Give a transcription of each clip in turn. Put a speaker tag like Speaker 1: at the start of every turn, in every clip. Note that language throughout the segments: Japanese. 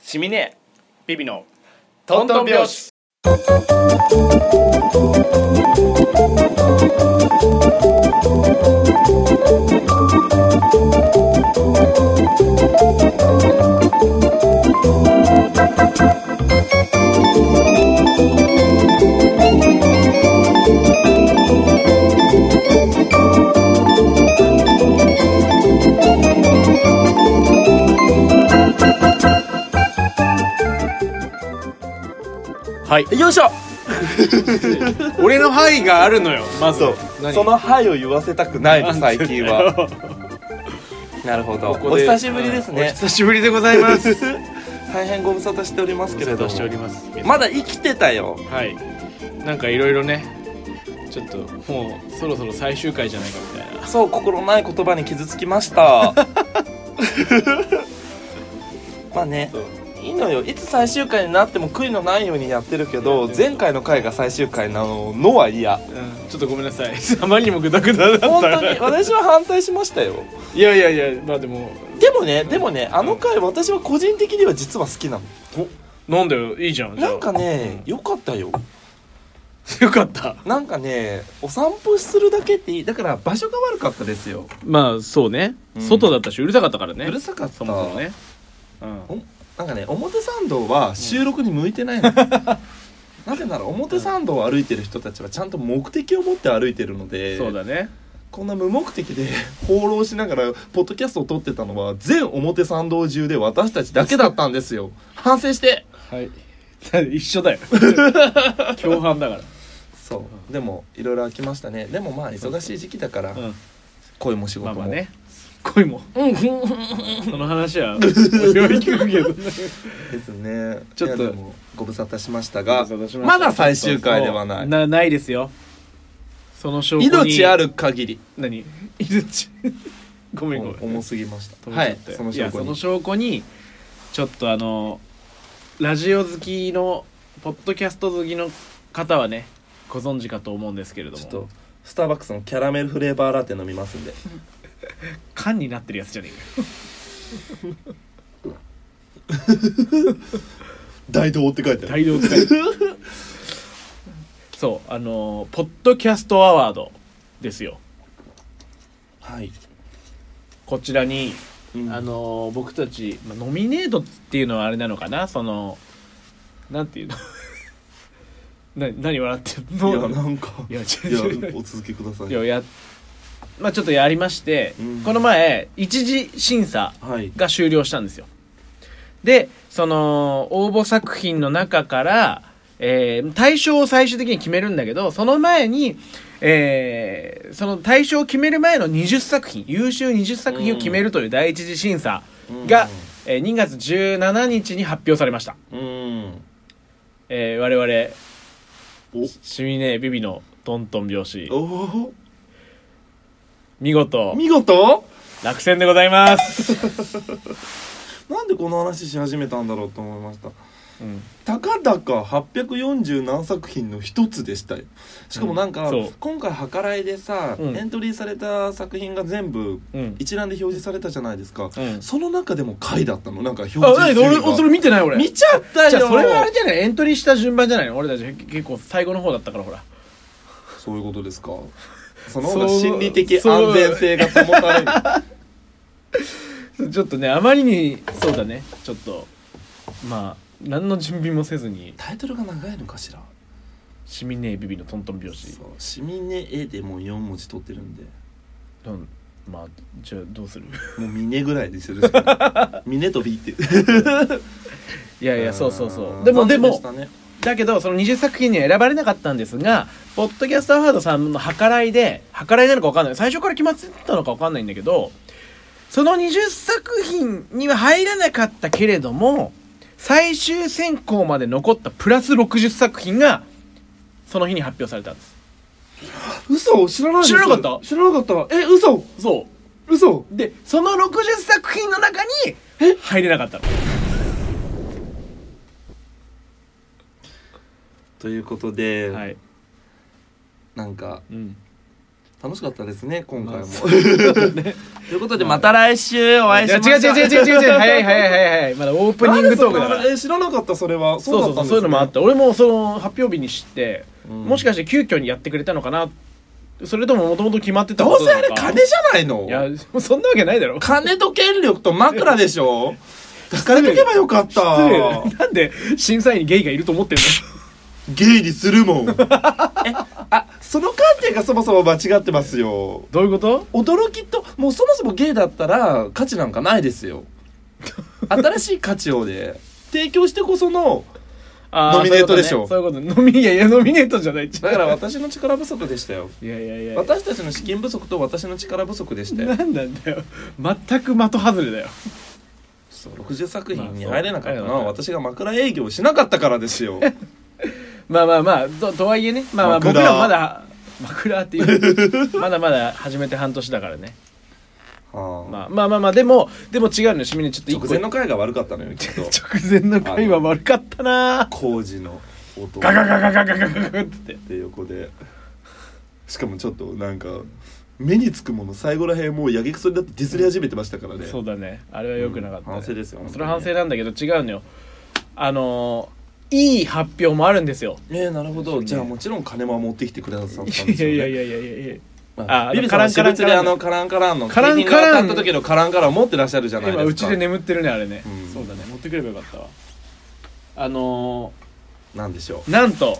Speaker 1: シミネビビのトントン拍子はいよいしょ
Speaker 2: 俺の範囲があるのよまず
Speaker 3: そう
Speaker 2: 何
Speaker 3: その「はい」を言わせたくないの最近はなるほど
Speaker 2: ここ
Speaker 3: お
Speaker 2: で
Speaker 3: 久しぶりです
Speaker 2: うんお
Speaker 3: ね
Speaker 2: 久しぶりでございます
Speaker 3: 大変ご無沙汰しておりますけれど
Speaker 2: と
Speaker 3: も
Speaker 2: しておりますけど
Speaker 3: まだ生きてたよ
Speaker 2: はいなんかいろいろねちょっともうそろそろ最終回じゃないかみたいな
Speaker 3: そう心ない言葉に傷つきました まあねいいのよいつ最終回になっても悔いのないようにやってるけど前回の回が最終回なののは嫌
Speaker 2: うん、ちょっとごめんなさい あまりにもグダグダだった
Speaker 3: 本当に私は反対しましたよ
Speaker 2: いやいやいやまあでも
Speaker 3: でもねでもねあの回私は個人的には実は好きなの
Speaker 2: なんだよいいじゃんじゃあ
Speaker 3: なんかね良かったよ
Speaker 2: よかった
Speaker 3: なんかねお散歩するだけっていいだから場所が悪かったですよ
Speaker 2: まあそうね、
Speaker 3: うん
Speaker 2: 外だったしうるさかったからね
Speaker 3: うるさかった
Speaker 2: そもそもね、うん、
Speaker 3: なんかね表参道は収録に向いてない の、なぜなら表参道を歩いてる人たちはちゃんと目的を持って歩いてるので
Speaker 2: そうだね
Speaker 3: こんな無目的で 放浪しながらポッドキャストを撮ってたのは全表参道中で私たちだけだったんですよ反省して
Speaker 2: はい 一緒だよ共犯だか
Speaker 3: そうでもいろいろ飽きましたねでもまあ忙しい時期だから
Speaker 2: ら、うん、
Speaker 3: 恋も仕事
Speaker 2: まあ
Speaker 3: も、
Speaker 2: まあね恋も
Speaker 3: うん
Speaker 2: その話 は俺は聞くけどね
Speaker 3: ですね
Speaker 2: ちょっと
Speaker 3: いやでもご無沙汰しました
Speaker 2: ご
Speaker 3: が
Speaker 2: 無沙汰しした
Speaker 3: まだ最終回ではない
Speaker 2: なないですよその証拠に
Speaker 3: 命ある限り
Speaker 2: 何命 ごめんごめん
Speaker 3: 重すぎました
Speaker 2: 止
Speaker 3: は
Speaker 2: めちゃ
Speaker 3: い
Speaker 2: ったよ
Speaker 3: その
Speaker 2: いや
Speaker 3: 証拠
Speaker 2: その
Speaker 3: に
Speaker 2: 証拠にちょっとあのラジオ好きのポッドキャスト好きの方はねご存知かと思うんですけれど
Speaker 3: ちょ
Speaker 2: も
Speaker 3: っとスターバックスのキャラメルフレーバーラテ飲みますんで
Speaker 2: 缶になってるやつじゃね
Speaker 3: 大道って書い
Speaker 2: え
Speaker 3: て
Speaker 2: か大量 使いそうあのポッドキャストアワードですよ
Speaker 3: はい、
Speaker 2: こちらに
Speaker 3: うん
Speaker 2: あの僕たち、まあ、ノミネートっていうのはあれなのかなそのなんていうの な何笑ってん
Speaker 3: いや
Speaker 2: の
Speaker 3: なんか
Speaker 2: いや違う
Speaker 3: い や
Speaker 2: 違う
Speaker 3: お続けくださ
Speaker 2: い
Speaker 3: い
Speaker 2: ややまあちょっとやりまして、
Speaker 3: うん
Speaker 2: この前一次審査
Speaker 3: はい
Speaker 2: が終了したんですよでその応募作品の中から、えー対象を最終的に決めるんだけどその前に、えーその対象を決める前の20作品優秀20作品を決めるという第一次審査が、えー2月17日に発表されました、
Speaker 3: うん
Speaker 2: えー我々
Speaker 3: お
Speaker 2: シミネビビのトントン拍子
Speaker 3: お
Speaker 2: 見事
Speaker 3: ー見事
Speaker 2: 落選でございます、
Speaker 3: なんでこの話し始めたんだろうと思いました
Speaker 2: うん
Speaker 3: たかだか840何作品の一つでしたよしかもなんか、
Speaker 2: うんそう
Speaker 3: 今回計らいでさ、
Speaker 2: うん
Speaker 3: エントリーされた作品が全部
Speaker 2: うん
Speaker 3: 一覧で表示されたじゃないですか、
Speaker 2: うん
Speaker 3: その中でも回だったのなんか表
Speaker 2: あ、
Speaker 3: 示
Speaker 2: 何俺、俺それ見てない俺。
Speaker 3: 見ちゃったよ
Speaker 2: じゃあそれはあれじゃないエントリーした順番じゃないの俺たち結構最後の方だったからほら。
Speaker 3: そういうことですかその方が心理的安全性が保た れる
Speaker 2: ちょっとね、あまりに、そうだね、ちょっと、まあ、何の準備もせずに、
Speaker 3: タイトルが長いのかしら
Speaker 2: シミネービビのトントン拍子
Speaker 3: そ。う「シミネ絵」でもう4文字取ってるんで
Speaker 2: うんまあ、じゃあどうする
Speaker 3: もう「ミネ」ぐらいにするしかない「ミネと「ビ」って
Speaker 2: いやいや、そうそうそう。でも、でも、だけど、その20作品には選ばれなかったんですが、ポッドキャストアワードさんの計らいで、計らいなのか分かんない。最初から決まってたのか分かんないんだけど、その20作品には入らなかったけれども、最終選考まで残ったプラス60作品が、その日に発表されたんです。
Speaker 3: 嘘知らないです
Speaker 2: 知らなかった
Speaker 3: 知らなかったえ嘘
Speaker 2: そ
Speaker 3: 嘘
Speaker 2: う。で、その60作品の中に、入れなかったの。
Speaker 3: ということで、
Speaker 2: はい。
Speaker 3: なんか
Speaker 2: うん。
Speaker 3: 楽しかったですね今回
Speaker 2: まあ
Speaker 3: も。
Speaker 2: そ
Speaker 3: ということでまた来週お会い
Speaker 2: い
Speaker 3: し
Speaker 2: や
Speaker 3: ましょう。
Speaker 2: 違う違う違う違う違う早い早い早い早いまだオープニングトークだから
Speaker 3: え知らなかったそれは
Speaker 2: そうそうそうそういうのもあって俺もその発表日に知って、
Speaker 3: うん
Speaker 2: もしかして急遽にやってくれたのかなそれとももともと決まってた
Speaker 3: ど
Speaker 2: こ
Speaker 3: う
Speaker 2: と
Speaker 3: せ
Speaker 2: なの
Speaker 3: あれ
Speaker 2: か
Speaker 3: 金じゃないの
Speaker 2: いやそんなわけないだろ
Speaker 3: 金と権力と枕で しょ抱えとけばよかった
Speaker 2: 失礼なんで審査員にゲイがいると思ってん
Speaker 3: ゲイにするもん えあその観点がそもそも間違ってますよ
Speaker 2: のどういうこと
Speaker 3: 驚きともうそもそもゲイだったら価値なんかないで すよ新しい価値をね提供してこその
Speaker 2: あ
Speaker 3: ノミネートでしょ
Speaker 2: そういうことね,そういうこと、ノミいやいやノミネートじゃない
Speaker 3: だから私の力不足でしたよ
Speaker 2: いやいやいや
Speaker 3: 私たちの資金不足と私の力不足でした
Speaker 2: な
Speaker 3: よ
Speaker 2: んなんだよ全く的外れだよ
Speaker 3: そう60作品に入れなかったのは
Speaker 2: まあそう
Speaker 3: 私が枕営業をしなかったからですよ
Speaker 2: まあまあまあととはいえねまあまあ
Speaker 3: 枕
Speaker 2: 僕らまだ枕っていう まだまだ始めて半年だからね、
Speaker 3: はあ
Speaker 2: まあ、まあまあまあでもでも違うのよしみねちょっと一
Speaker 3: 直
Speaker 2: 個
Speaker 3: 前の回が悪かったのよきっと
Speaker 2: 直前の回は悪かったな
Speaker 3: 工事の音
Speaker 2: ガガガガガガガガガって
Speaker 3: で横でしかもちょっとなんか目につくもの最後らへんもうやげくそになってディスり始めてましたからね、
Speaker 2: そうだねあれは良くなかった、ね
Speaker 3: うん反省ですよ
Speaker 2: それは反省なんだけど違うのよあのーいい発表もあるんですよ
Speaker 3: ねえなるほどじゃあもちろん金は持ってきてくれたんですよね
Speaker 2: いやいやいやいやいやいや
Speaker 3: ま
Speaker 2: あ
Speaker 3: ビビさんは私物で
Speaker 2: カラ
Speaker 3: あ
Speaker 2: ンカラン
Speaker 3: のカラ
Speaker 2: カラ
Speaker 3: ンカランの
Speaker 2: ンカラン
Speaker 3: 景品が当たった時のカランカランを持ってらっしゃるじゃないです
Speaker 2: 今
Speaker 3: か
Speaker 2: うちで眠ってるねあれね、
Speaker 3: うん
Speaker 2: そうだね持ってくればよかったわあの
Speaker 3: なんでしょ
Speaker 2: ーなんと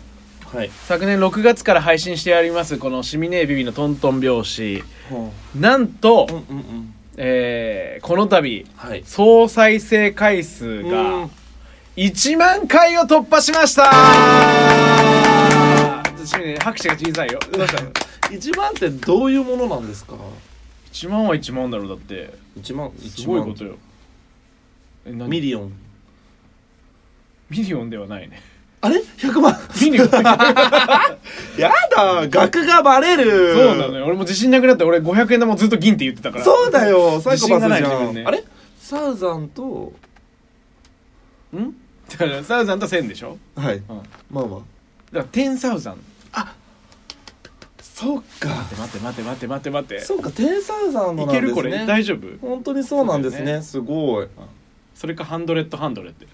Speaker 3: うはい
Speaker 2: 昨年6月から配信してありますこの「シミネービビのトントン拍子
Speaker 3: うん」
Speaker 2: なんと、
Speaker 3: うんうん
Speaker 2: えーこの度
Speaker 3: はい
Speaker 2: 総再生回数
Speaker 3: う
Speaker 2: が
Speaker 3: ん
Speaker 2: 1万回を突破しましたちょっとシミネ拍手が小さいよどうしたの
Speaker 3: 一番ってどういうものなんですか
Speaker 2: 1万は1万だろうだって
Speaker 3: 一万
Speaker 2: す
Speaker 3: 一
Speaker 2: ごい
Speaker 3: 万
Speaker 2: ことよえ何
Speaker 3: ミリオン
Speaker 2: ミリオンではないね
Speaker 3: あれ100万
Speaker 2: ミリオンそう
Speaker 3: やだ額がバレる
Speaker 2: なのよ俺も自信なくなって俺500円玉ずっと銀って言ってたから
Speaker 3: そうだよサイ
Speaker 2: 自信
Speaker 3: コパス
Speaker 2: がない
Speaker 3: じゃ
Speaker 2: 自
Speaker 3: ん、
Speaker 2: 分ね
Speaker 3: あれサウザンと
Speaker 2: んだからサウザンと1000でしょ
Speaker 3: はい、
Speaker 2: ん
Speaker 3: まあまあ
Speaker 2: だから10サウザン
Speaker 3: そうか
Speaker 2: 待って待って待って待って待って
Speaker 3: そうか10サウザンの
Speaker 2: い
Speaker 3: な
Speaker 2: け
Speaker 3: んですね
Speaker 2: るこれ大丈夫
Speaker 3: 本当にそうなんです
Speaker 2: そう
Speaker 3: ね
Speaker 2: だよね
Speaker 3: すごい
Speaker 2: それかハンドレッドハンドレッド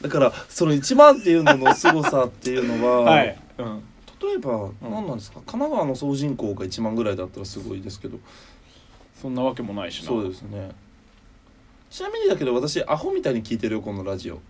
Speaker 3: だからその1万っていうのの凄さっていうの は、
Speaker 2: はい、うん、
Speaker 3: 例えば何なんですか神奈川の総人口が1万ぐらいだったらすごいですけど
Speaker 2: そんなわけもないしな
Speaker 3: そうですねちなみにだけど私アホみたいに聞いてるよこのラジオ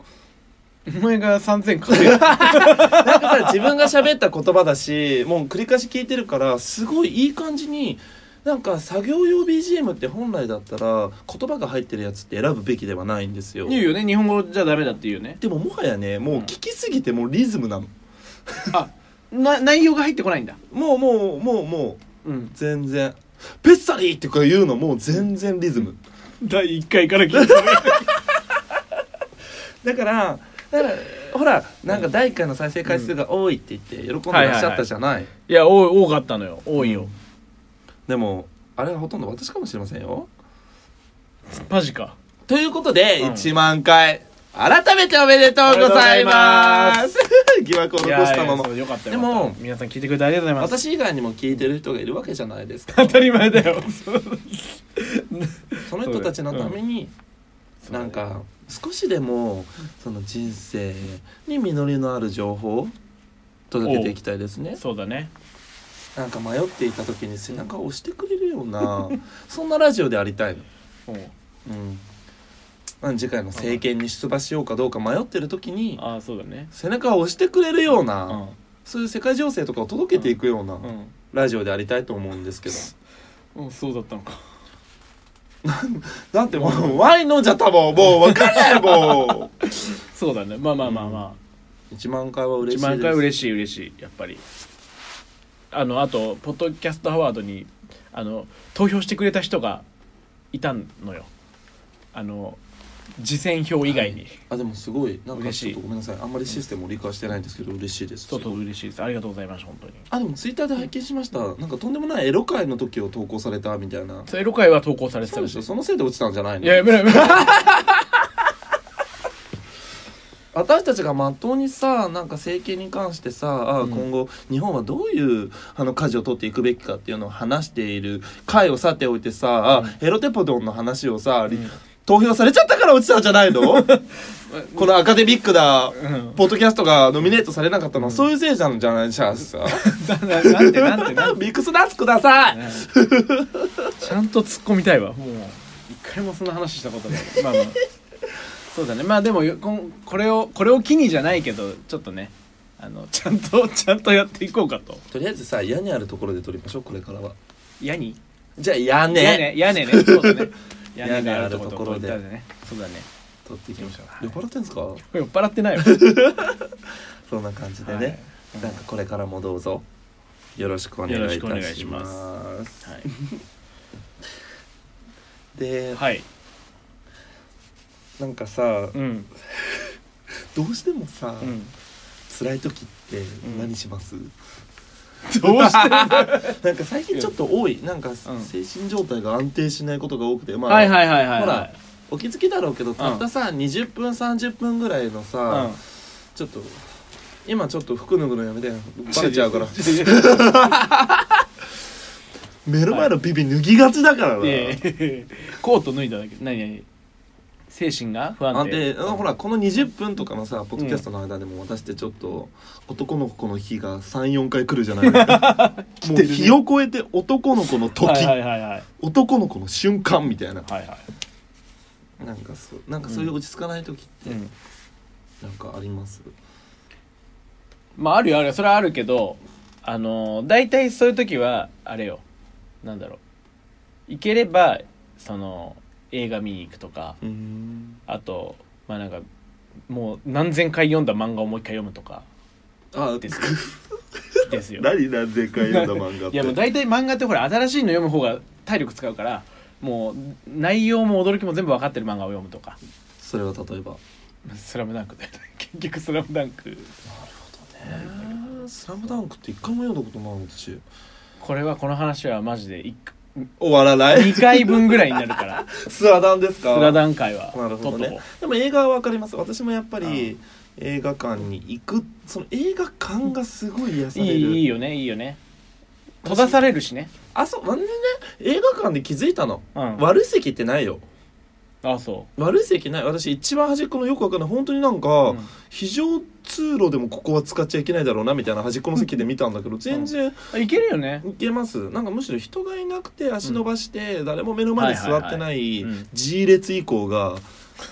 Speaker 2: お前が3000かける
Speaker 3: なんかさ自分が喋った言葉だしもう繰り返し聞いてるからすごいいい感じになんか作業用 BGM って本来だったら言葉が入ってるやつって選ぶべきではないんですよ
Speaker 2: 言うよね日本語じゃダメだって言うね
Speaker 3: でももはやねもう聞きすぎてもうリズムなの
Speaker 2: あな内容が入ってこないんだ
Speaker 3: もうもうもうもう
Speaker 2: うん
Speaker 3: 全然「ペッサリー!」とか言うのもう全然リズム
Speaker 2: 第1回から聞 いてる
Speaker 3: だからだからほらなんか第1回の再生回数が多いって言って喜んでらっしゃったじゃない,、
Speaker 2: いや多い多かったのよ多いよ、
Speaker 3: でもあれはほとんど私かもしれませんよ
Speaker 2: マジか
Speaker 3: ということで、
Speaker 2: うん
Speaker 3: 1万回改めておめでとうございます 疑惑を
Speaker 2: い
Speaker 3: 残
Speaker 2: や
Speaker 3: し
Speaker 2: い
Speaker 3: た
Speaker 2: や
Speaker 3: まま
Speaker 2: そうよかったよ
Speaker 3: で
Speaker 2: かった
Speaker 3: も
Speaker 2: 皆さん聞いてくれてありがとうございます
Speaker 3: 私以外にも聞いてる人がいるわけじゃないですか
Speaker 2: 当たり前だ よ
Speaker 3: その人たちのために、なんか少しでもその人生に実りのある情報を届けていきたいですね
Speaker 2: そうだね
Speaker 3: なんか迷っていた時に背中を押してくれるような そんなラジオでありたいの
Speaker 2: うん
Speaker 3: うんまあ次回の政権に出馬しようかどうか迷ってる時に
Speaker 2: ああそうだね
Speaker 3: 背中を押してくれるような、
Speaker 2: うん
Speaker 3: そういう世界情勢とかを届けていくような
Speaker 2: うん
Speaker 3: ラジオでありたいと思うんですけど、
Speaker 2: うんそうだったのか
Speaker 3: だってもうワイン飲んじゃったもんもう分かんない も
Speaker 2: そうだねまあまあまあま
Speaker 3: う1万回
Speaker 2: あ
Speaker 3: は嬉
Speaker 2: 一
Speaker 3: しいです
Speaker 2: 万回嬉しい嬉しいやっぱりあのあとポッドキャストアワードにあの投票してくれた人がいたのよあの次戦票以外に、
Speaker 3: あでもすごいなんか
Speaker 2: 嬉し
Speaker 3: ちょ
Speaker 2: い
Speaker 3: っとごめんなさいあんまりシステムを理解してないんですけど嬉しいです
Speaker 2: ちょっと嬉しいですありがとうございました本当に
Speaker 3: あでもツイッターで拝見しましたなんかとんでもないエロ会の時を投稿されたみたいな
Speaker 2: それエロ会は投稿されて
Speaker 3: そ
Speaker 2: た
Speaker 3: う
Speaker 2: ら
Speaker 3: で
Speaker 2: し
Speaker 3: し
Speaker 2: い
Speaker 3: ょそのせいで落ちたんじゃないの
Speaker 2: いややめろやめろ
Speaker 3: 私たちがまっとうにさなんか政権に関してさあ
Speaker 2: うん
Speaker 3: 今後日本はどういうあの舵を取っていくべきかっていうのを話している回をさておいてさ、あヘロテポドンの話をさ、り投票されちゃったから落ちたんじゃ ないのこのアカデミックなポッドキャストがノミネートされなかったのはそういうせいじゃんじゃないじゃ んさ
Speaker 2: なんてなんてなんて
Speaker 3: ミックスナッツください、
Speaker 2: ちゃんと突っ込みたいわもう一回もそんな話したことないまあまあそうだねまあでもよこんこれをこれを機にじゃないけどちょっとねあのちゃんとちゃんとやっていこうかと
Speaker 3: とりあえずさ屋にあるところで撮りましょうこれからは
Speaker 2: 屋に
Speaker 3: じゃあ屋根、
Speaker 2: 屋根屋根ねそうだ ね
Speaker 3: 屋
Speaker 2: 屋
Speaker 3: 根
Speaker 2: 根があるところ
Speaker 3: あるところで
Speaker 2: でねそうだね
Speaker 3: 撮っていきましょう、
Speaker 2: はい
Speaker 3: 酔っ払ってんですか
Speaker 2: 酔っ払ってないわ
Speaker 3: そんな感じで
Speaker 2: はい
Speaker 3: ね、なんかこれからもどうぞよろしくお願いいたします
Speaker 2: は
Speaker 3: で、
Speaker 2: いはい
Speaker 3: なんかさ
Speaker 2: うん
Speaker 3: どうしてもさ、
Speaker 2: うん
Speaker 3: 辛い時って何します、
Speaker 2: どうして
Speaker 3: なんか最近ちょっと多いなんか精神状態が安定しないことが多くてまあ、
Speaker 2: はいはいはいはい
Speaker 3: ほらお気づきだろうけどたったさ、20分30分ぐらいのさ、
Speaker 2: う
Speaker 3: ちょっと今ちょっと服脱ぐのやめてバレちゃう から 目の前のビビ脱ぎがちだからな、
Speaker 2: んいやいやコート脱いだだけ何何精神が不安
Speaker 3: 安
Speaker 2: 定
Speaker 3: 定あほらこの20分とかのさポッドキャストの間でも私ってちょっと男の子の日が34回来る じゃないもう日を超えて男の子の時、
Speaker 2: はいはいはいはい
Speaker 3: 男の子の瞬間みたいな
Speaker 2: はいはい
Speaker 3: なんかそうなんかそういう落ち着かない時って
Speaker 2: うん
Speaker 3: なんかあります、
Speaker 2: まああるよあるよそれはあるけどあのー大体そういう時はあれよなんだろう行ければその映画見に行くとか
Speaker 3: うーん
Speaker 2: あとまあなんかもう何千回読んだ漫画をもう一回読むと か
Speaker 3: あ
Speaker 2: ですですよ
Speaker 3: 何何千回読んだ漫画って
Speaker 2: いやもう大体漫画ってほら新しいの読む方が体力使うからもう内容も驚きも全部分かってる漫画を読むとか
Speaker 3: それは例えば
Speaker 2: 「スラムダンクだよね 結局「スラムダンク
Speaker 3: 「スラムダンクって一回も読んだことない私
Speaker 2: これはこの話はマジで
Speaker 3: 終わ らない
Speaker 2: 2回分ぐらいになるから「
Speaker 3: スラダンです
Speaker 2: ス
Speaker 3: か
Speaker 2: ラダン会は
Speaker 3: なる
Speaker 2: 撮
Speaker 3: ほど
Speaker 2: っと
Speaker 3: ね
Speaker 2: こ
Speaker 3: でも映画はわかります私もやっぱり映画館に行くその映画館がすごい癒
Speaker 2: う
Speaker 3: さ
Speaker 2: い
Speaker 3: れる
Speaker 2: いいいよねいいよね閉ざされるしね
Speaker 3: あそうなんでね映画館で気づいたの、
Speaker 2: うん
Speaker 3: 悪い席ってないよ
Speaker 2: あそ
Speaker 3: 悪い席ない私一番端っこのよくわかんない本当になんか、
Speaker 2: う、うん
Speaker 3: 非常通路でもここは使っちゃいけないだろうなみたいな端っこの席で見たんだけど全然
Speaker 2: あいけるよね
Speaker 3: いけますなんかむしろ人がいなくて足伸ばして誰も目の前に座ってな
Speaker 2: はい
Speaker 3: い
Speaker 2: はいはいうん
Speaker 3: G 列以降が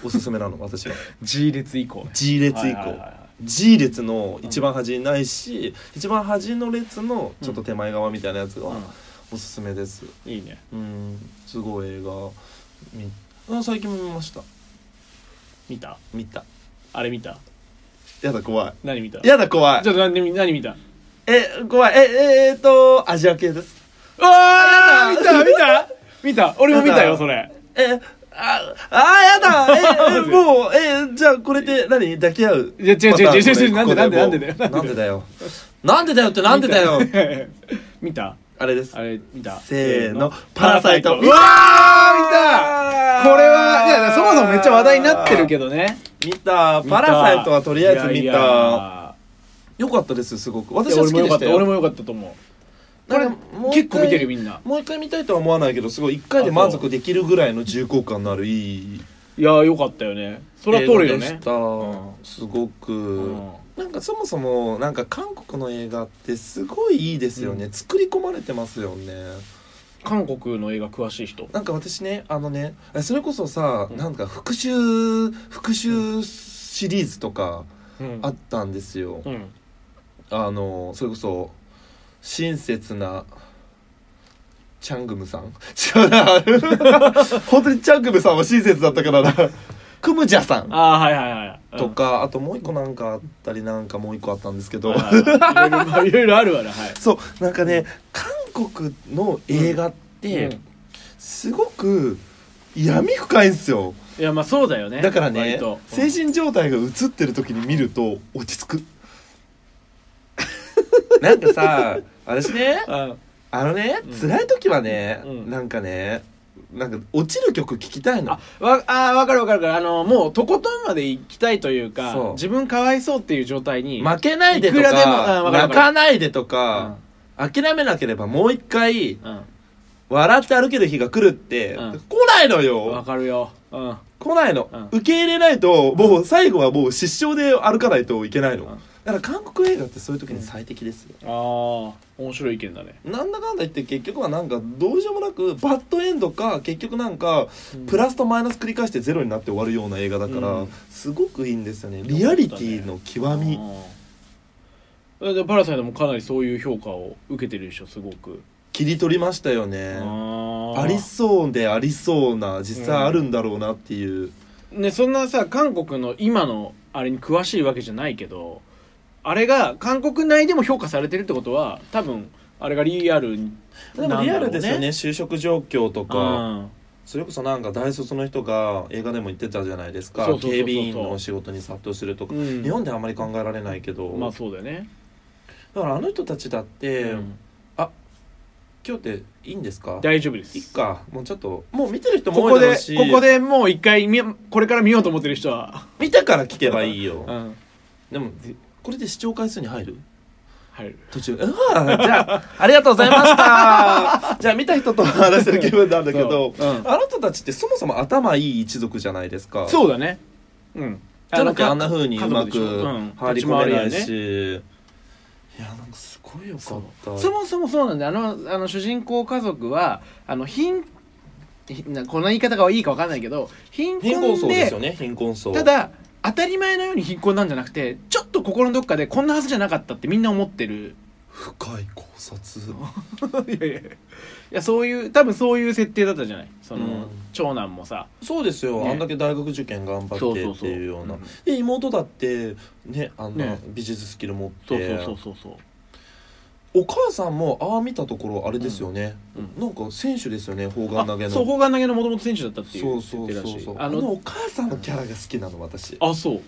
Speaker 3: おすすめなの私 は
Speaker 2: G 列以降
Speaker 3: G 列以
Speaker 2: はいはい
Speaker 3: 降
Speaker 2: はいはい
Speaker 3: G 列の一番端ないし一番端の列のちょっと手前側みたいなやつがおすすめです
Speaker 2: うんいいね
Speaker 3: うんすごい映画みあ最近も見ました
Speaker 2: 見た
Speaker 3: 見た
Speaker 2: あれ見た
Speaker 3: やだ怖い
Speaker 2: 何見た
Speaker 3: やだ怖い
Speaker 2: ちょっと何見何見た
Speaker 3: え怖いえええーっとアジア系です
Speaker 2: あ
Speaker 3: あ
Speaker 2: ー
Speaker 3: や
Speaker 2: 見た
Speaker 3: だ
Speaker 2: 見た見た俺も見た
Speaker 3: やだ
Speaker 2: よそれ
Speaker 3: えああーやだええもうえじゃあこれで何抱き合う
Speaker 2: いや違う違う
Speaker 3: パターン
Speaker 2: 違う違う
Speaker 3: これ
Speaker 2: なんで
Speaker 3: ここ
Speaker 2: なんで
Speaker 3: もう
Speaker 2: な
Speaker 3: なんでだよなんでだよってなんでだよ
Speaker 2: 見た
Speaker 3: あれです
Speaker 2: あれ見た
Speaker 3: せーのパラサイト
Speaker 2: うわー見たこれはいやいやそもそもめっちゃ話題になってるけどね
Speaker 3: 見たパラサイトはとりあえず見た
Speaker 2: いやいや
Speaker 3: よかったですすごく
Speaker 2: い
Speaker 3: 私
Speaker 2: や
Speaker 3: は好
Speaker 2: 俺も
Speaker 3: きで
Speaker 2: よかっ
Speaker 3: し
Speaker 2: たた俺
Speaker 3: よ
Speaker 2: もよかったと思うこ
Speaker 3: な
Speaker 2: れ
Speaker 3: んかもう一回
Speaker 2: 結構見てるよみんな
Speaker 3: もう一回見たいとは思わないけどすごい一回で満足できるぐらいの重厚感のあるいい
Speaker 2: いやーよかったよねそれは通るよ
Speaker 3: 映画で
Speaker 2: ね
Speaker 3: した
Speaker 2: うん
Speaker 3: すご
Speaker 2: う
Speaker 3: く
Speaker 2: ん
Speaker 3: なんかそもそもなんか韓国の映画ってすごいいいですよね、
Speaker 2: う
Speaker 3: 作り込まれてますよね
Speaker 2: 韓国の映画詳しい人
Speaker 3: なんか私ねあのねえそれこそさ、
Speaker 2: うん
Speaker 3: なんか復讐復讐シリーズとか
Speaker 2: うん
Speaker 3: あったんですよ、
Speaker 2: うん
Speaker 3: あのそれこそ親切なチャングムさん 違うな本当にチャングムさんは親切だったからなクムジャさん
Speaker 2: ああはいはいはいうん
Speaker 3: とかあともう一個なんかあったりなんかもう一個あったんですけど、
Speaker 2: はいはいはいいろいろいろいろあるわねはい
Speaker 3: そうなんかね韓国の映画って、
Speaker 2: うん
Speaker 3: すごく闇深いんですよ
Speaker 2: いやまあそうだよね
Speaker 3: だから
Speaker 2: 割
Speaker 3: ね
Speaker 2: と
Speaker 3: 精神状態が映ってる時に見ると落ち着く なんかさあれしね
Speaker 2: うん
Speaker 3: あのね
Speaker 2: うん
Speaker 3: 辛い時はね、
Speaker 2: うん
Speaker 3: なんかねなんか落ちる曲聴きたいの
Speaker 2: あわあーわかるわかるわかるあのもうとことんまで行きたいというか
Speaker 3: そう
Speaker 2: 自分かわいそうっていう状態に、
Speaker 3: 負けないでと
Speaker 2: い
Speaker 3: か
Speaker 2: くらでもあわかるわかる
Speaker 3: 泣かないでとか、諦めなければもう一回
Speaker 2: うん
Speaker 3: 笑って歩ける日が来るって、
Speaker 2: うん
Speaker 3: 来ないの
Speaker 2: わ
Speaker 3: よ
Speaker 2: かるよ、うん、
Speaker 3: 来ないの、
Speaker 2: うん
Speaker 3: 受け入れないともう最後はもう失笑で歩かないといけないの、
Speaker 2: うん
Speaker 3: だから韓国映画ってそういう時に最適ですよ、
Speaker 2: ああ面白い意見だね
Speaker 3: なんだかんだ言って結局はなんかどうしようもなくバッドエンドか結局なんかプラスとマイナス繰り返してゼロになって終わるような映画だから、
Speaker 2: うん
Speaker 3: すごくいいんですよねリアリティの極み、
Speaker 2: うんでパラサイトもかなりそういう評価を受けてるでしょすごく、
Speaker 3: 切り取りましたよね
Speaker 2: あー
Speaker 3: ありそうでありそうな実際あるんだろうなっていう、
Speaker 2: ねそんなさ韓国の今のあれに詳しいわけじゃないけどあれが韓国内でも評価されてるってことは多分あれがリアルに
Speaker 3: でもリアルですよね就職状況と
Speaker 2: う
Speaker 3: か、
Speaker 2: ん
Speaker 3: それこそなんか大卒の人が映画でも言ってたじゃないですか
Speaker 2: そうそうそうそう
Speaker 3: 警備員の仕事に殺到するとか、
Speaker 2: うん
Speaker 3: 日本ではあんまり考えられないけど、
Speaker 2: まあそうだよね、
Speaker 3: だからあの人たちだって、
Speaker 2: うん
Speaker 3: 今日っていいんですか
Speaker 2: 大丈夫で
Speaker 3: いい
Speaker 2: す
Speaker 3: かもうちょっともう見てる人
Speaker 2: こ
Speaker 3: も多
Speaker 2: こ
Speaker 3: いだろ
Speaker 2: で
Speaker 3: うし
Speaker 2: ここでもう一回見これから見ようと思ってる人は、
Speaker 3: 見たから聞けばいいよ、
Speaker 2: うん、
Speaker 3: でもでこれで視聴回数に入る
Speaker 2: 入る
Speaker 3: 途中うわじゃ あありがとうございました じゃあ見た人と話せる気分なんだけど、
Speaker 2: そううん
Speaker 3: あなたたちってそもそも頭いい一族じゃないですか
Speaker 2: そうだねうん
Speaker 3: じゃなきゃあんな風にうま
Speaker 2: 家族
Speaker 3: く
Speaker 2: でしょうん
Speaker 3: 入り込めない
Speaker 2: 立ち回り
Speaker 3: し、いやなんかすごいよかった
Speaker 2: そもそもそうなんだよあのあの主人公家族はあの貧ひなこの言い方がいいかわかんないけど貧
Speaker 3: 貧困
Speaker 2: 困
Speaker 3: 層
Speaker 2: で
Speaker 3: ですよね貧困層
Speaker 2: ただ当たり前のように貧困なんじゃなくてちょっと心のどっかでこんなはずじゃなかったってみんな思って る
Speaker 3: 深い考察
Speaker 2: いやいやいやそういう多分そういう設定だったじゃないその、
Speaker 3: うん
Speaker 2: 長男もさ
Speaker 3: そうですよ、
Speaker 2: ね
Speaker 3: あんだけ大学受験頑張
Speaker 2: そ
Speaker 3: っ
Speaker 2: う
Speaker 3: て
Speaker 2: そう
Speaker 3: っ
Speaker 2: そ
Speaker 3: て
Speaker 2: う
Speaker 3: いうような
Speaker 2: うん
Speaker 3: で妹だってねあんな
Speaker 2: ね
Speaker 3: 美術スキル持って
Speaker 2: そうそうそうそうそう
Speaker 3: お母さんもああ見たところあれですよね、
Speaker 2: うん
Speaker 3: なんか選手ですよね砲
Speaker 2: あ
Speaker 3: 丸投げの
Speaker 2: そう砲丸投げのもともと選手だったってい
Speaker 3: そううそ
Speaker 2: 設
Speaker 3: う
Speaker 2: 定ら
Speaker 3: そ
Speaker 2: し
Speaker 3: う
Speaker 2: い
Speaker 3: そう
Speaker 2: あ
Speaker 3: あの
Speaker 2: の
Speaker 3: お母さんのキャラが好きなの私
Speaker 2: あそう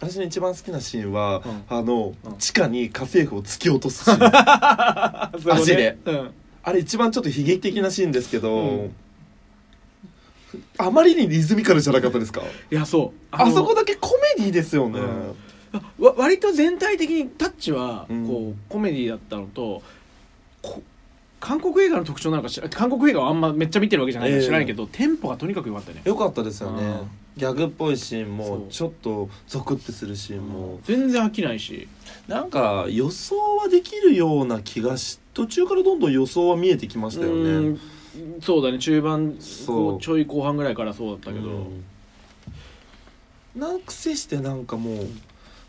Speaker 3: 私の一番好きなシーンは、
Speaker 2: うん
Speaker 3: あの、
Speaker 2: うん
Speaker 3: 地下に家政婦を突き落とすシー ン
Speaker 2: あそこね
Speaker 3: 足で
Speaker 2: うん
Speaker 3: あれ一番ちょっと悲劇的なシーンですけど、
Speaker 2: うん
Speaker 3: あまりにリズミカルじゃなかったですか
Speaker 2: いやそう
Speaker 3: あ
Speaker 2: の
Speaker 3: そこだけコメディですよね、
Speaker 2: うんわ割と全体的にタッチはこう、
Speaker 3: うん
Speaker 2: コメディだったのとこ韓国映画の特徴なのか知ら韓国映画はあんまめっちゃ見てるわけじゃないから
Speaker 3: ええ
Speaker 2: 知らないけど、テンポがとにかく良かったね
Speaker 3: よかったですよね、
Speaker 2: うん
Speaker 3: ギャグっぽいシーンも
Speaker 2: そう
Speaker 3: ちょっとゾクってするシーンも、
Speaker 2: 全然飽きないし
Speaker 3: なんか予想はできるような気がし途中からどんどん予想は見えてきましたよね
Speaker 2: うんそうだね中盤
Speaker 3: そう
Speaker 2: こうちょい後半ぐらいからそうだったけど、
Speaker 3: うんなんか癖してなんかもう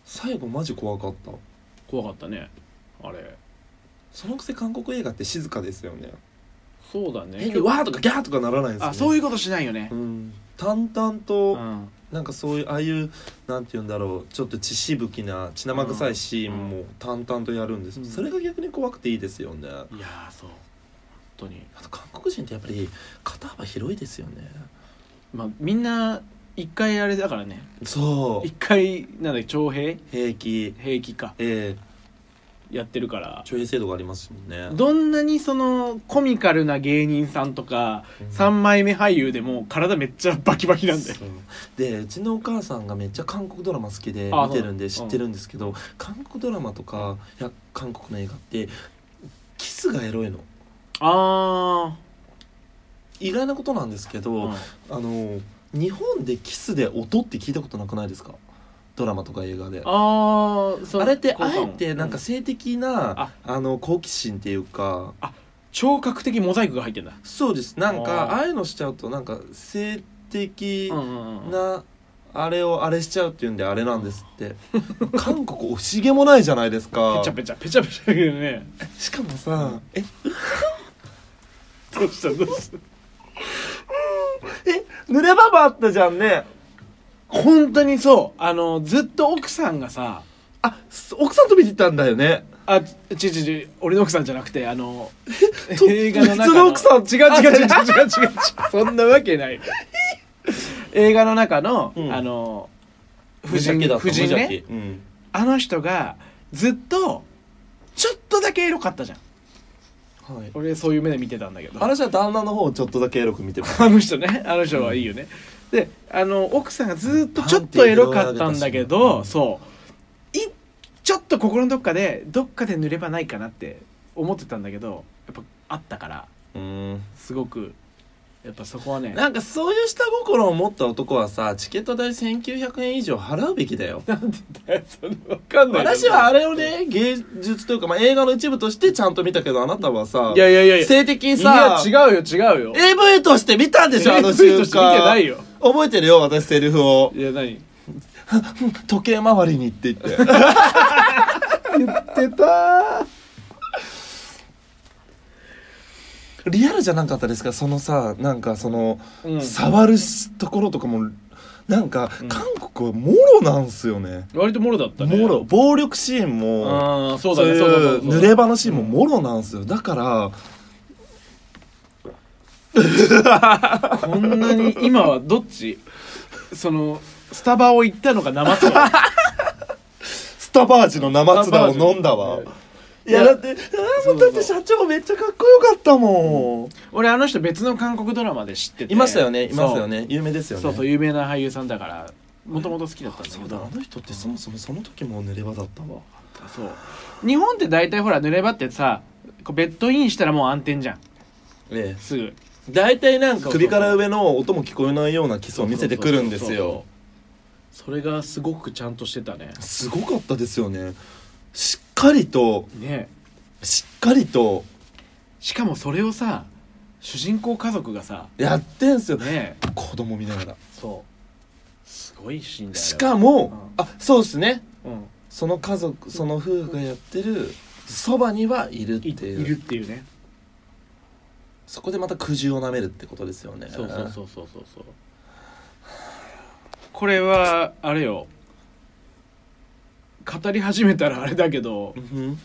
Speaker 3: 最後マジ怖かった
Speaker 2: 怖かったねあれ
Speaker 3: そのくせ韓国映画って静かですよね
Speaker 2: そうだね
Speaker 3: 変にわーとかギャーとかならないですよね
Speaker 2: あそういううことしないよね、
Speaker 3: ん淡々
Speaker 2: う
Speaker 3: と
Speaker 2: ん
Speaker 3: なんかそういうああいうなんて言うんだろうちょっと血しぶきな血生臭いシーンも淡々とやるんです、
Speaker 2: うん
Speaker 3: それが逆に怖くていいですよねあ
Speaker 2: いやーそう本当に
Speaker 3: と韓国人ってやっぱり肩幅広いですよね
Speaker 2: まあみんな一回あれだからね
Speaker 3: そう
Speaker 2: 一回なんだっけ徴兵
Speaker 3: 平気
Speaker 2: 兵器か
Speaker 3: ええ
Speaker 2: やってるから
Speaker 3: 徴兵制度がありますもんね
Speaker 2: どんなにそのコミカルな芸人さんとか
Speaker 3: うん
Speaker 2: 3枚目俳優でも体めっちゃバキバキなんだよ
Speaker 3: そうでうちのお母さんがめっちゃ韓国ドラマ好きで
Speaker 2: あ
Speaker 3: 見てるんで知
Speaker 2: そう
Speaker 3: ってるんですけど、韓国ドラマとかいや韓国の映画ってキスがエロいの
Speaker 2: あ
Speaker 3: 意外なことなんですけ
Speaker 2: ー、
Speaker 3: ど、あの日本でキスで音って聞いたことなくないですかドラマとか映画であ
Speaker 2: あーそう
Speaker 3: れって
Speaker 2: 効果
Speaker 3: あえ
Speaker 2: 音
Speaker 3: てなんか
Speaker 2: う
Speaker 3: 性的な、
Speaker 2: あ
Speaker 3: あの好奇心っていうか
Speaker 2: 聴覚的モザイクが入ってんだ
Speaker 3: そうですなん
Speaker 2: あ
Speaker 3: か
Speaker 2: ー
Speaker 3: ああいうのしちゃうとなんか性的、
Speaker 2: うんうんうん
Speaker 3: なあれをあれしちゃうっていうんであれなんです って韓国惜しげもないじゃないです
Speaker 2: ペ
Speaker 3: か
Speaker 2: チャペチャペチャペチャだけどね
Speaker 3: しかもさえ
Speaker 2: どうしたどうした
Speaker 3: え濡れババあったじゃんね
Speaker 2: 本当にそうあのずっと奥さんがさ
Speaker 3: あす奥さんと見てたんだよね
Speaker 2: あちちち俺の奥さんじゃなくてあの
Speaker 3: と
Speaker 2: 映画の中
Speaker 3: 別の奥さん
Speaker 2: 違う違う違う違う違う違うそんなわけない 映画の中の、
Speaker 3: うん
Speaker 2: あの
Speaker 3: 無
Speaker 2: 夫
Speaker 3: 邪
Speaker 2: 人
Speaker 3: 気だった
Speaker 2: 夫
Speaker 3: 無
Speaker 2: 人
Speaker 3: 邪
Speaker 2: ね
Speaker 3: 気うん
Speaker 2: あの人がずっとちょっとだけエロかったじゃん
Speaker 3: はい、
Speaker 2: 俺そういう目で見てたんだけど
Speaker 3: あれじゃあ旦那の方をちょっとだけエロく見てます
Speaker 2: あの人ねあの人はいいよね、であの奥さんがずっとちょっとエロかったんだけ
Speaker 3: パン
Speaker 2: ど
Speaker 3: ティ
Speaker 2: そういちょっと心のどっかでどっかで濡ればないかなって思ってたんだけどやっぱあったから
Speaker 3: うん
Speaker 2: すごくやっぱそこはね
Speaker 3: なんかそういう下心を持った男はさチケット代1900円以上払うべきだ よ
Speaker 2: なんでだよそれわかんない
Speaker 3: 私はあれをね芸術というか、まあ、映画の一部としてちゃんと見たけどあなたはさ
Speaker 2: いやいやいやいや
Speaker 3: 性的にさ
Speaker 2: いや違うよ違うよ
Speaker 3: AV として見たんでしょあの
Speaker 2: AV と
Speaker 3: 瞬間
Speaker 2: して見てないよ
Speaker 3: 覚えてるよ私セリフを
Speaker 2: いや何
Speaker 3: 時計回りにって言って
Speaker 2: 言ってた
Speaker 3: リアルじゃなかったですかそのさなんかその、
Speaker 2: うん
Speaker 3: 触るしところとかもなんか、
Speaker 2: うん
Speaker 3: 韓国はもろなんすよね
Speaker 2: 割ともろだったね
Speaker 3: もろ暴力シーンも
Speaker 2: ああそうだねそ
Speaker 3: そ
Speaker 2: ううそうう
Speaker 3: い
Speaker 2: そうそう
Speaker 3: 濡れ場のシーンももろなんすよだから
Speaker 2: こんなに今はどっちそのスタバを行ったのか生そ ば
Speaker 3: スタバージの生津田を飲んだわいやだってあーもうだって社長めっちゃかっこよかったもん、
Speaker 2: 俺あの人別の韓国ドラマで知ってて
Speaker 3: いましたよねいましたよね有名ですよ
Speaker 2: そう
Speaker 3: ね
Speaker 2: そうそう有名な俳優さんだからもともと好きだったんだけ
Speaker 3: そうだ
Speaker 2: ど
Speaker 3: あの人ってそもそもその時も濡れ場だったわ
Speaker 2: そう日本って大体ほら濡れ場ってさこうベッドインしたらもう暗転じゃん
Speaker 3: ええ
Speaker 2: すぐ
Speaker 3: 大体なんか
Speaker 2: そうそうそう
Speaker 3: 首から上の音も聞こえないようなキスを見せてくるんですよ
Speaker 2: そうそうそうそれがすごくちゃんとしてたね
Speaker 3: すごかったですよねしっかりと
Speaker 2: ね
Speaker 3: しっかりと
Speaker 2: しかもそれをさ主人公家族が さ
Speaker 3: やってんすよ
Speaker 2: ね
Speaker 3: 子供見ながら
Speaker 2: そうすごいシーンだよ
Speaker 3: しかも
Speaker 2: う
Speaker 3: あそうですね
Speaker 2: うん
Speaker 3: その家族その夫婦がやってるそばにはいるって
Speaker 2: い
Speaker 3: いう
Speaker 2: いるっていうね
Speaker 3: そこでまた苦渋をなめるってことですよね
Speaker 2: そうそうそうそうそうそうこれはあれよ語り始めたらあれだけど
Speaker 3: うん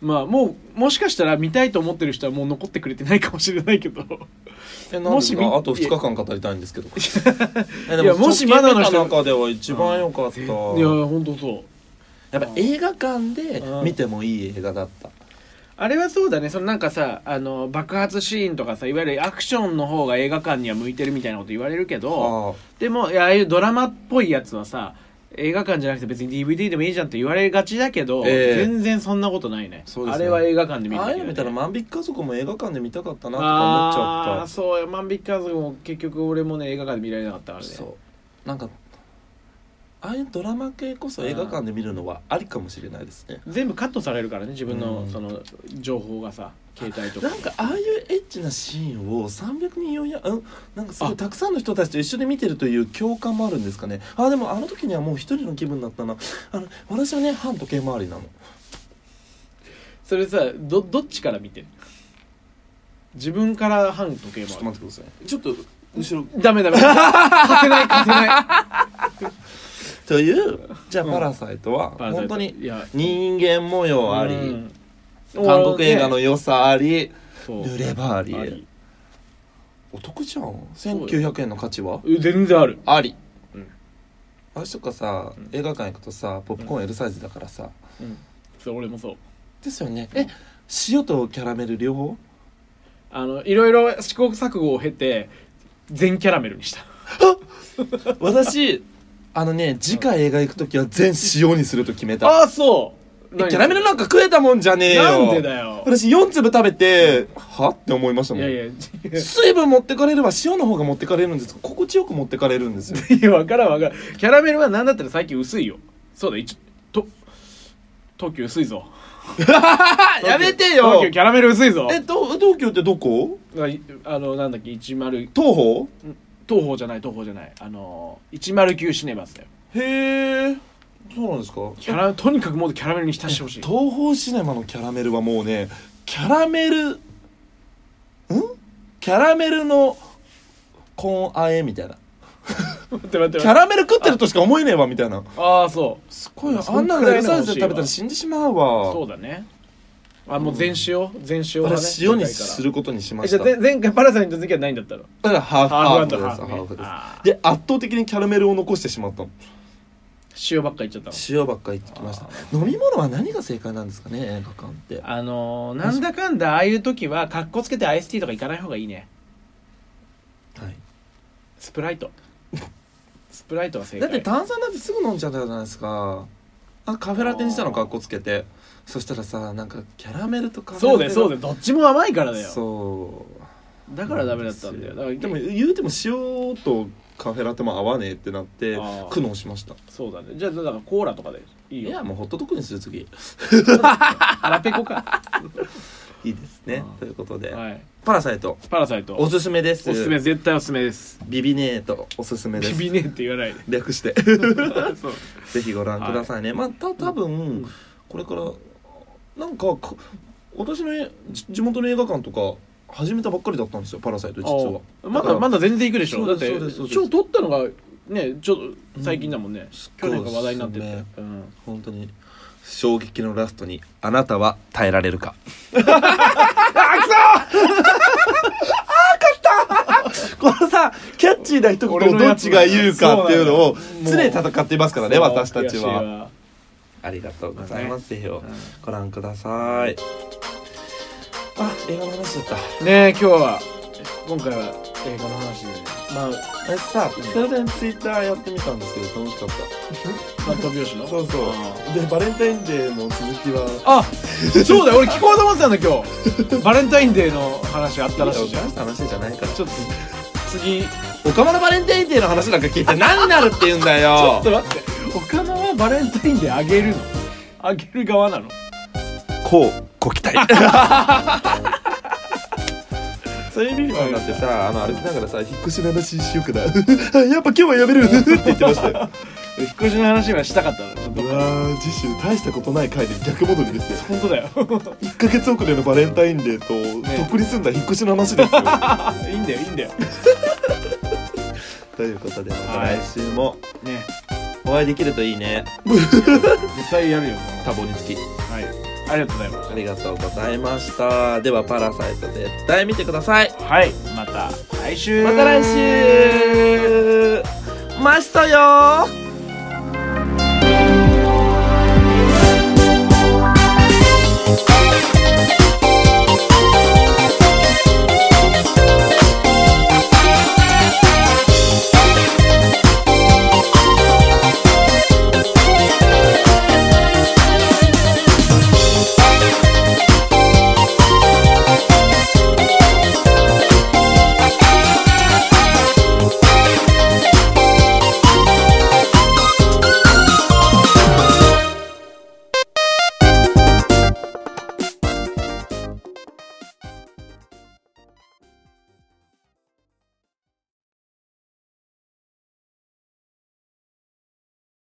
Speaker 2: まあもうもしかしたら見たいと思ってる人はもう残ってくれてないかもしれないけど
Speaker 3: え
Speaker 2: もし
Speaker 3: なんでだ
Speaker 2: み
Speaker 3: あと2日間語りたいんですけどえ
Speaker 2: いやもしまだの人
Speaker 3: 初見見た中では一番良かった、
Speaker 2: いや本当そう
Speaker 3: やっぱ映画館で見てもいい映画だった
Speaker 2: あれはそうだねそのなんかさあの爆発シーンとかさいわゆるアクションの方が映画館には向いてるみたいなこと言われるけど
Speaker 3: あ
Speaker 2: でもいやああいうドラマっぽいやつはさ映画館じゃなくて別に DVD でもいいじゃんって言われがちだけど、
Speaker 3: ええ
Speaker 2: 全然そんなことないね
Speaker 3: そうです
Speaker 2: あ
Speaker 3: ね
Speaker 2: れは映画館で見
Speaker 3: あ
Speaker 2: る
Speaker 3: あ
Speaker 2: べ
Speaker 3: い
Speaker 2: き
Speaker 3: う
Speaker 2: だ
Speaker 3: の
Speaker 2: ね
Speaker 3: 見たら万引き家族も映画館で見たかったなとか思っち
Speaker 2: あ
Speaker 3: ゃ
Speaker 2: あ
Speaker 3: っ
Speaker 2: そうや万引き家族も結局俺もね映画館で見られなかったか
Speaker 3: た
Speaker 2: らね
Speaker 3: そうなんかああいうドラマ系こそ映画館で見るのはありかもしれないですね
Speaker 2: 全部カットされるからね自分
Speaker 3: う
Speaker 2: の
Speaker 3: ん
Speaker 2: その情報がさ携帯とか
Speaker 3: なんかああいうエッチなシーンを300人400うんなんかすごいたくさんの人たちと一緒に見てるという共感もあるんですかねあでもあの時にはもう一人の気分だったなあの私はね反時計回りなの
Speaker 2: それさどどっちから見てる自分から反時計
Speaker 3: ちょっ
Speaker 2: 回
Speaker 3: と
Speaker 2: り
Speaker 3: 待ってくださいちょっと後ろ
Speaker 2: ダメダメ勝てない勝てない
Speaker 3: というじゃあ「パラサイト」は 本当に
Speaker 2: いや
Speaker 3: 人間模様あり、
Speaker 2: うん
Speaker 3: 韓国映画の良さあり、
Speaker 2: そう
Speaker 3: 濡れ場あり
Speaker 2: あり
Speaker 3: お得じゃん
Speaker 2: そうよ
Speaker 3: 1900円の価値は
Speaker 2: え全然ある
Speaker 3: あり、
Speaker 2: うん
Speaker 3: 私とかさ、
Speaker 2: ん
Speaker 3: 映画館行くとさポップコーン L サイズだからさ、
Speaker 2: うんそう俺もそう
Speaker 3: ですよねえ塩とキャラメル 両方
Speaker 2: あのいろいろ試行錯誤を経て全キャラメルにした
Speaker 3: 私あのね次回映画行く時は全塩にすると決めた
Speaker 2: ああそう
Speaker 3: えキャラメルなんか食えたもんじゃねえよ
Speaker 2: なんでだよ
Speaker 3: 私4粒食べてはって思いました
Speaker 2: い
Speaker 3: もん
Speaker 2: やいや
Speaker 3: 水分持ってかれれば塩の方が持ってかれるんですけど心地よく持ってかれるんですよ
Speaker 2: いや分からん分からんキャラメルは何だったら最近薄いよそうだ一と東急薄いぞ
Speaker 3: やめてよ
Speaker 2: 東急キャラメル薄いぞ
Speaker 3: えと東京ってどこ
Speaker 2: いあのなんだっけ10
Speaker 3: 東宝
Speaker 2: 東宝じゃない東宝じゃないあの109シネマスだよ
Speaker 3: へえそうなんですか
Speaker 2: キャラとにかくもっとキャラメルに浸してほしい
Speaker 3: 東宝シネマのキャラメルはもうねキャラメルんキャラメルのコーンあえみたいな
Speaker 2: 待って待って
Speaker 3: キャラメル食ってるとしか思えねえわみたいな
Speaker 2: ああそう
Speaker 3: すごいな
Speaker 2: そ
Speaker 3: あん
Speaker 2: ん
Speaker 3: な
Speaker 2: く
Speaker 3: の
Speaker 2: ら
Speaker 3: L
Speaker 2: いの
Speaker 3: サイ
Speaker 2: 欲しいわ
Speaker 3: ズで食べたら死んでしまうわ
Speaker 2: そうだねあもう全塩全塩
Speaker 3: あ
Speaker 2: だ
Speaker 3: れ
Speaker 2: ね
Speaker 3: 塩にすることにしま
Speaker 2: え
Speaker 3: し
Speaker 2: じ
Speaker 3: た
Speaker 2: ゃあ
Speaker 3: だ
Speaker 2: 前前回パラサイトの時はないんだったの
Speaker 3: からハーフ
Speaker 2: ハー
Speaker 3: ハー
Speaker 2: フ
Speaker 3: フです
Speaker 2: ハーフね
Speaker 3: ハーフです
Speaker 2: あー
Speaker 3: で圧倒的にキャラメルを残してしまったの
Speaker 2: 塩ばっかり言っちゃったの
Speaker 3: 塩ばっかり言ってきました飲み物は何が正解なんですかね映画館って
Speaker 2: あのー、なんだかんだああいう時はかっこつけてアイスティーとか行かない方がいいね
Speaker 3: はい
Speaker 2: スプライトスプライトは正
Speaker 3: だ
Speaker 2: 解
Speaker 3: って炭酸なんてすぐ飲んじゃったじゃないですかあカフェラテにしたの格好つけてそしたらさなんかキャラメルとカフェラテ
Speaker 2: そうだよそうだ
Speaker 3: で
Speaker 2: よどっちも甘いからだよ
Speaker 3: そう
Speaker 2: だからダメだったんだよだから
Speaker 3: でも言うても塩とカフェラテも合わねえってなって
Speaker 2: あー
Speaker 3: 苦悩しました
Speaker 2: そうだねじゃあだからコーラとかでいい
Speaker 3: い
Speaker 2: よ
Speaker 3: やもうホットドッグにする次
Speaker 2: 腹ペコか
Speaker 3: いいですね
Speaker 2: あー
Speaker 3: ということで、
Speaker 2: はい
Speaker 3: パラサイト
Speaker 2: パラサイト
Speaker 3: お
Speaker 2: お
Speaker 3: すすめです
Speaker 2: すすめ絶対おすすめです
Speaker 3: ビビネートおすすめで
Speaker 2: ビ
Speaker 3: す
Speaker 2: ビねえって言わ ないで
Speaker 3: 略して
Speaker 2: そう
Speaker 3: ぜひご覧くださいね、まあた多分、
Speaker 2: ん
Speaker 3: これからなんかこ私のえじ地元の映画館とか始めたばっかりだったんですよ「パラサイト」実は
Speaker 2: あま
Speaker 3: だか
Speaker 2: だ
Speaker 3: ら
Speaker 2: まだ全然いくでしょ
Speaker 3: そ
Speaker 2: だ
Speaker 3: う
Speaker 2: っ
Speaker 3: です
Speaker 2: て
Speaker 3: そうですそうです
Speaker 2: 賞取ったのがねちょっと最近だもんね、
Speaker 3: すっご
Speaker 2: 去
Speaker 3: い
Speaker 2: 年が話題になって
Speaker 3: おすす
Speaker 2: てう
Speaker 3: め、
Speaker 2: ん、
Speaker 3: 本当に衝撃のラストに「あなたは耐えられるか」あくそあー勝ったこのさキャッチーな一言を
Speaker 2: 俺の
Speaker 3: どっ
Speaker 2: や
Speaker 3: ち
Speaker 2: つ
Speaker 3: が言うかっていうのを
Speaker 2: そう
Speaker 3: 常
Speaker 2: な
Speaker 3: に
Speaker 2: んだ
Speaker 3: 戦っていますからね
Speaker 2: そう
Speaker 3: 私たち
Speaker 2: 悔しい
Speaker 3: は
Speaker 2: わ
Speaker 3: ありがとうございますぜひ
Speaker 2: うん
Speaker 3: ご覧くださいあ映画の話だった
Speaker 2: ねえ今日は今回は映画の話で、まあ、
Speaker 3: 私さ久々にツイッターやってみたんですけど楽しかった
Speaker 2: まあ、拍子の
Speaker 3: そうそう
Speaker 2: あ
Speaker 3: でバレンタインデーの続きは
Speaker 2: あそうだよ俺聞こうと思ってたんだ今日バレンタインデーの話あったらしいじゃん
Speaker 3: 大した話じゃないから
Speaker 2: ちょっと次ち
Speaker 3: オカマのバレンタインデーの話なんか聞いて何になるって言うんだ
Speaker 2: ょ
Speaker 3: よ
Speaker 2: っと待って岡野はバレンタインデーあげるのあげる側なの
Speaker 3: こうご期 待そういうビビさんだってさあの歩きながらさ引っ越しの話しようか なやっぱ今日はやめる って言ってましたよ
Speaker 2: 引っ越しの話はしたかったのちょっと
Speaker 3: うわー次週大したことない回で逆戻りですよ
Speaker 2: 本当だよ
Speaker 3: 1ヶ月遅れのバレンタインデーと、
Speaker 2: ね
Speaker 3: とっくに済んだ引っ越しの話 ですよ
Speaker 2: いいんだよいいんだよ
Speaker 3: ということでまた
Speaker 2: はい
Speaker 3: 来週も
Speaker 2: ね
Speaker 3: お会いできるといいね
Speaker 2: 絶対やるよも
Speaker 3: 多忙につき
Speaker 2: うはいありがとうございま
Speaker 3: ありがとうございましたでは「パラサイト」絶対見てください
Speaker 2: すはいまた来週
Speaker 3: また来週ましたよー